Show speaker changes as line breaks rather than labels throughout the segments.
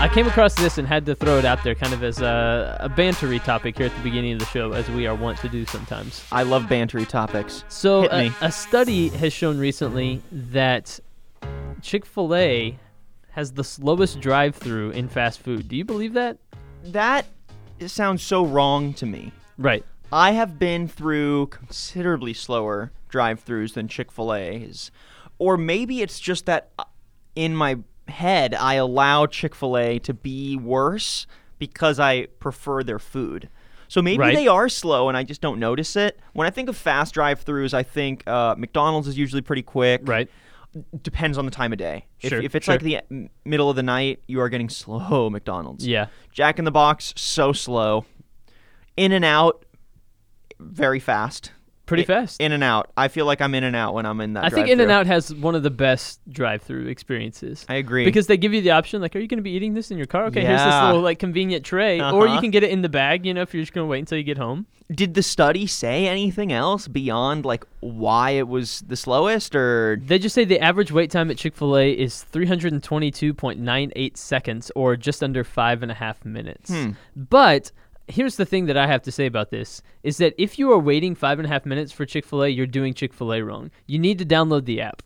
I came across this and had to throw it out there kind of as a, a bantery topic here at the beginning of the show, as we are wont to do sometimes.
I love bantery topics.
So,
Hit
a,
me.
a study has shown recently that Chick fil A has the slowest drive through in fast food. Do you believe that?
That sounds so wrong to me.
Right.
I have been through considerably slower drive throughs than Chick fil A's. Or maybe it's just that uh, in my head, I allow Chick fil A to be worse because I prefer their food. So maybe
Right.
they are slow and I just don't notice it. When I think of fast drive throughs, I think uh, McDonald's is usually pretty quick.
Right.
Depends on the time of day. If-
Sure,
if, it's
sure.
like the uh, m- middle of the night, you are getting slow McDonald's.
Yeah.
Jack in the Box, so slow. In and out, very fast.
Pretty
I-
fast.
In and out. I feel like I'm in and out when I'm in that.
I think
drive-thru.
In N Out has one of the best drive through experiences.
I agree.
Because they give you the option, like, are you going to be eating this in your car? Okay, here's this
Yeah.
little like convenient tray, or you
Uh-huh.
can get it in the bag. You know, if you're just going to wait until you get home.
did the study say anything else beyond like why it was the slowest or
They just say the average wait time at Chick Fil A is 322.98 seconds, or just under five and a half minutes. But here's the thing that I have to say about this: is that if you are waiting five and a half minutes for Chick Fil A, you're doing Chick Fil A wrong. You need to download the app.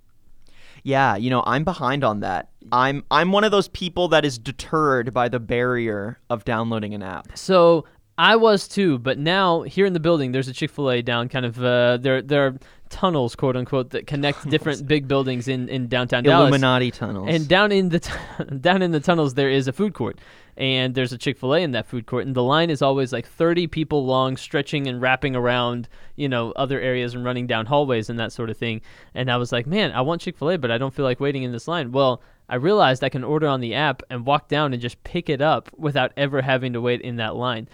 yeah, you know, I'm behind on that. I'm I'm one of those people that is deterred by the barrier of downloading an app.
So I was too, but now here in the building, there's a Chick Fil A down kind of uh, there. There are tunnels, quote unquote, that connect different big buildings in in downtown Dallas.
Illuminati tunnels.
And down in the t- down in the tunnels, there is a food court, and there's a Chick Fil A in that food court, and the line is always like 30 people long, stretching and wrapping around, you know, other areas and running down hallways and that sort of thing. And I was like, man, I want Chick Fil A, but I don't feel like waiting in this line. Well. I realized I can order on the app and walk down and just pick it up without ever having to wait in that line.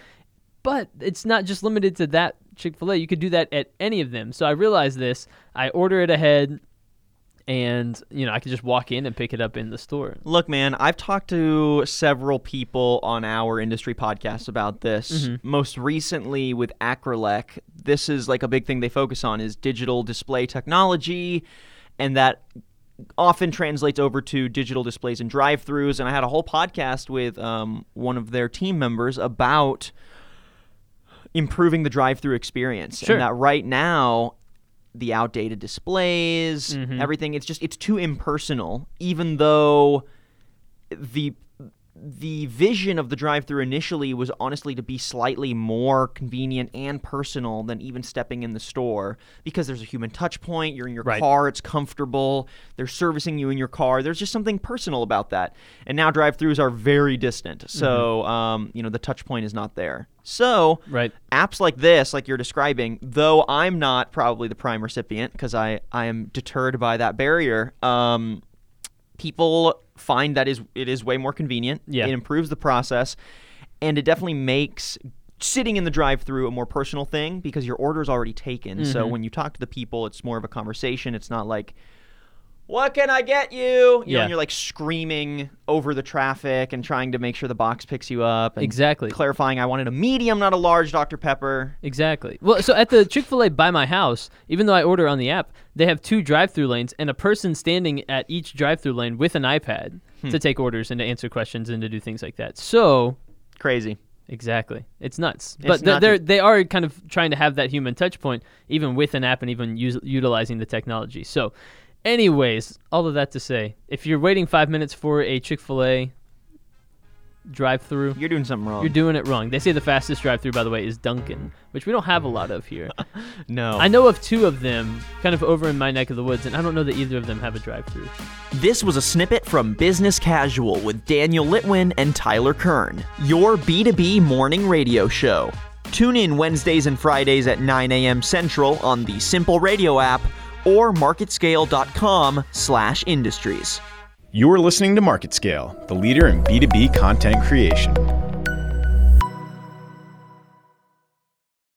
But it's not just limited to that Chick fil A. You could do that at any of them. So I realized this. I order it ahead and you know I could just walk in and pick it up in the store.
Look, man, I've talked to several people on our industry podcast about this. Most recently with Acrolec, this is like a big thing they focus on is digital display technology and that often translates over to digital displays and drive-throughs and I had a whole podcast with um, one of their team members about improving the drive-through experience
Sure.
and that right now the outdated displays, everything. It's just it's too impersonal. Even though the the vision of the drive-through initially was honestly to be slightly more convenient and personal than even stepping in the store because there's a human touch point you're in your
Right.
car it's comfortable they're servicing you in your car there's just something personal about that and now drive-throughs are very distant so um, you know the touch point is not there so
Mm-hmm. Right.
apps like this, like you're describing, though I'm not probably the prime recipient because I, I am deterred by that barrier, um, people find that is it is way more convenient.
Yeah.
It improves the process, and it definitely makes sitting in the drive-through a more personal thing because your order is already taken. So
Mm-hmm.
when you talk to the people, it's more of a conversation. It's not like what can I get you? you know,
Yeah.
and you're like screaming over the traffic and trying to make sure the box picks you up. And
Exactly.
Clarifying, I wanted a medium, not a large Dr. Pepper.
Exactly. Well, so at the Chick Fil A by my house, even though I order on the app, they have two drive-through lanes and a person standing at each drive-through lane with an iPad
Hmm.
to take orders and to answer questions and to do things like that. So
Crazy.
exactly, it's nuts. But
It's
they're,
not-
they're they are kind of trying to have that human touch point, even with an app and even us- utilizing the technology. So, anyways, all of that to say, if you're waiting five minutes for a Chick Fil A drive-through,
You're doing something wrong.
You're doing it wrong. They say the fastest drive through, by the way, is Duncan, which we don't have a lot of here.
no.
I know of two of them kind of over in my neck of the woods, and I don't know that either of them have a drive through.
This was a snippet from Business Casual with Daniel Litwin and Tyler Kern, your B2B morning radio show. Tune in Wednesdays and Fridays at 9 a.m. Central on the Simple Radio app or marketscale.com slash industries.
You're listening to Market Scale, the leader in B2B content creation.